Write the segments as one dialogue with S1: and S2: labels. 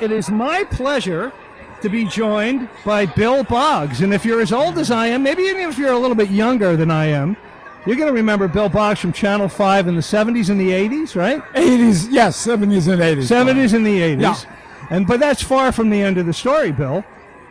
S1: it is my pleasure to be joined by Bill Boggs. And if you're as old as I am, maybe even if you're a little bit younger than I am, you're going to remember Bill Boggs from Channel 5 in the 70s and the 80s, right?
S2: 80s, yes, 70s and 80s.
S1: 70s and the 80s.
S2: Yeah.
S1: And but that's far from the end of the story, Bill.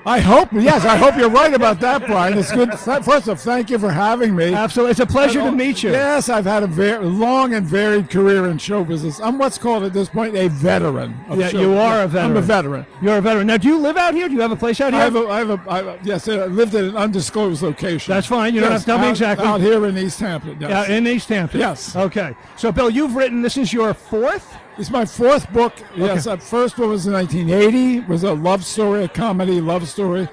S2: I hope, yes, I hope you're right about that, Brian. It's good. First off, thank you for having me.
S1: Absolutely. Uh, It's a pleasure to meet you.
S2: Yes, I've had a very long and varied career in show business. I'm what's called at this point a veteran. of
S1: Yeah,
S2: show-
S1: you are a
S2: I'm a
S1: veteran.
S2: veteran.
S1: You're a veteran. Now, do you live out here? Do you have a place out
S2: I
S1: here?
S2: have a, I have a, I have a yes, I lived at an undisclosed location.
S1: That's fine. You don't have to tell me
S2: out-
S1: exactly.
S2: Out here in East Hampton. Yes.
S1: Yeah, in East Hampton.
S2: Yes.
S1: Okay. So, Bill, you've written this is your fourth.
S2: It's my fourth book. Yes, the first one was in 1980. It was a love story, a comedy love story.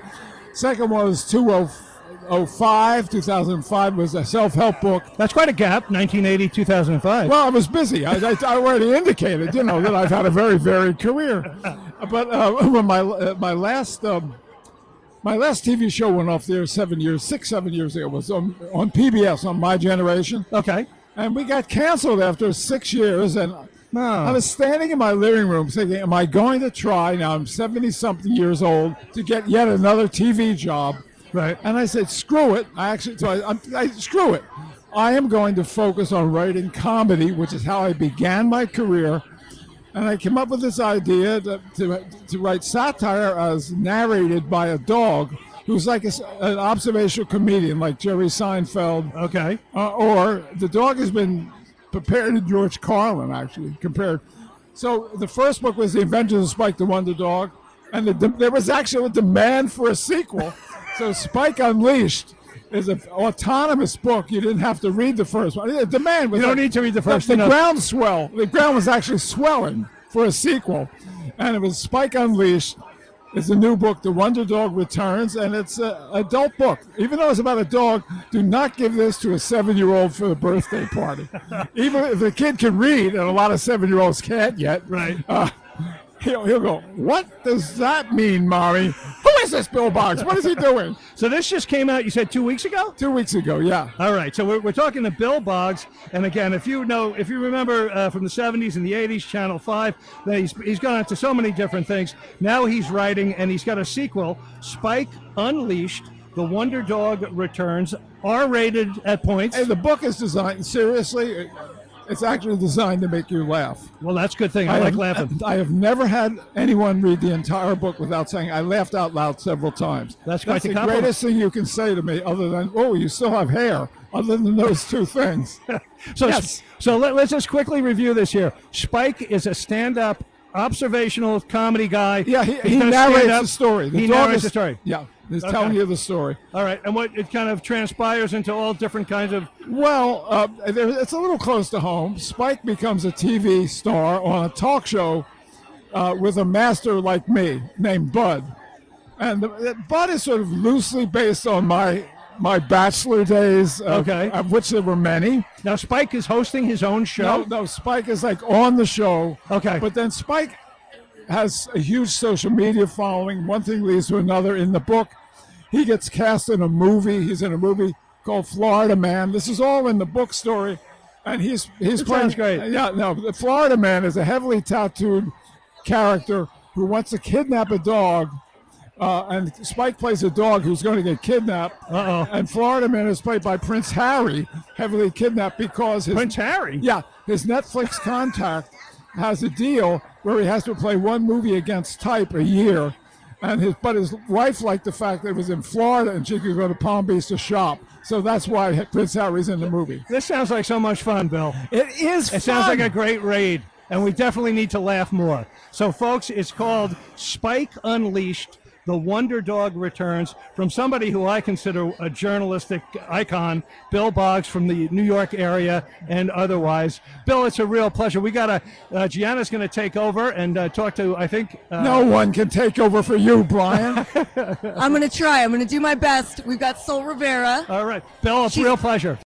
S2: Second one was 2005. 2005 was a self-help book.
S1: That's quite a gap. 1980, 2005.
S2: Well, I was busy. I, I, I already indicated, you know, that I've had a very varied career. But uh, when my uh, my last um, my last TV show went off there seven years, six seven years ago, was on, on PBS on My Generation.
S1: okay.
S2: And we got canceled after six years. And
S1: No.
S2: I was standing in my living room thinking, am I going to try, now I'm 70 something years old, to get yet another TV job?
S1: Right.
S2: And I said, screw it. I actually, so I, I'm- I, screw it. I am going to focus on writing comedy, which is how I began my career. And I came up with this idea to, to, to write satire as narrated by a dog who's like a s an observational comedian, like Jerry Seinfeld.
S1: Okay.
S2: Uh, or the dog has been compared to George Carlin, actually, compared. So the first book was The Adventures of Spike the Wonder Dog, and the, there was actually a demand for a sequel. so Spike Unleashed is an autonomous book. You didn't have to read the first one. The demand was
S1: You don't
S2: like-
S1: need to read the first
S2: The,
S1: one, no.
S2: groundswell, the ground was actually swelling for a sequel, and it was Spike Unleashed. It's a new book, The Wonder Dog Returns, and it's an adult book. Even though it's about a dog, do not give this to a seven-year-old for a birthday party. Even if the kid can read, and a lot of seven-year-olds can't yet.
S1: Right.
S2: Uh, he'll, he'll go, what does that mean, mommy? Who is this Bill Box? What is he doing?
S1: So this just came out. You said two weeks ago.
S2: Two weeks ago, yeah.
S1: All right, so we're, we're talking to Bill Boggs, and again, if you know, if you remember uh, from the '70s and the '80s, Channel Five, then he's he's gone on to so many different things. Now he's writing, and he's got a sequel, Spike Unleashed: The Wonder Dog Returns, R-rated at points.
S2: Hey, the book is designed, seriously, it's actually designed to make you laugh.
S1: Well, that's a good thing. I, like
S2: have-
S1: laughing.
S2: I have never had anyone read the entire book without saying I laughed out loud several times.
S1: That's quite a
S2: the
S1: compliment.
S2: greatest thing you can say to me, other than "Oh, you still have hair." Other than those two things,
S1: So,
S2: Yes.
S1: so let, let's just quickly review this here. Spike is a stand-up observational comedy guy.
S2: yeah, he,
S1: He's
S2: he
S1: gonna stand
S2: narrates
S1: up.
S2: the story. The
S1: he
S2: dog
S1: narrates
S2: is-
S1: the story.
S2: Yeah, he's
S1: Okay.
S2: telling you the story.
S1: All right, and what it kind of transpires into all different kinds of
S2: Well, uh, there, it's a little close to home. Spike becomes a TV star on a talk show uh, with a master like me named Bud, and the, Bud is sort of loosely based on my my bachelor days, uh,
S1: Okay.
S2: of which there were many.
S1: Now Spike is hosting his own show.
S2: No, no, Spike is like on the show.
S1: Okay.
S2: but then Spike has a huge social media following. One thing leads to another. In the book, he gets cast in a movie. He's in a movie called Florida Man. This is all in the book story, and he's he's playing.
S1: sounds great.
S2: Yeah, no, the Florida Man is a heavily tattooed character who wants to kidnap a dog. Uh, and Spike plays a dog who's going to get kidnapped.
S1: Uh-oh.
S2: And Florida Man is played by Prince Harry, heavily kidnapped because his
S1: Prince Harry.
S2: yeah, his Netflix contact has a deal where he has to play one movie against type a year, and his but his wife liked the fact that it was in Florida and she could go to Palm Beach to shop, so that's why Prince Harry's in the movie.
S1: This sounds like so much fun, Bill.
S2: It is.
S1: It sounds like a great raid, and we definitely need to laugh more. So, folks, it's called Spike Unleashed. The Wonder Dog returns from somebody who I consider a journalistic icon, Bill Boggs from the New York area and otherwise. Bill, it's a real pleasure. We got to, uh, Gianna's going to take over and uh, talk to, I think, uh,
S2: No one can take over for you, Brian.
S3: I'm going to try. I'm going to do my best. We've got Sol Rivera.
S1: all right. Bill, it's a real pleasure.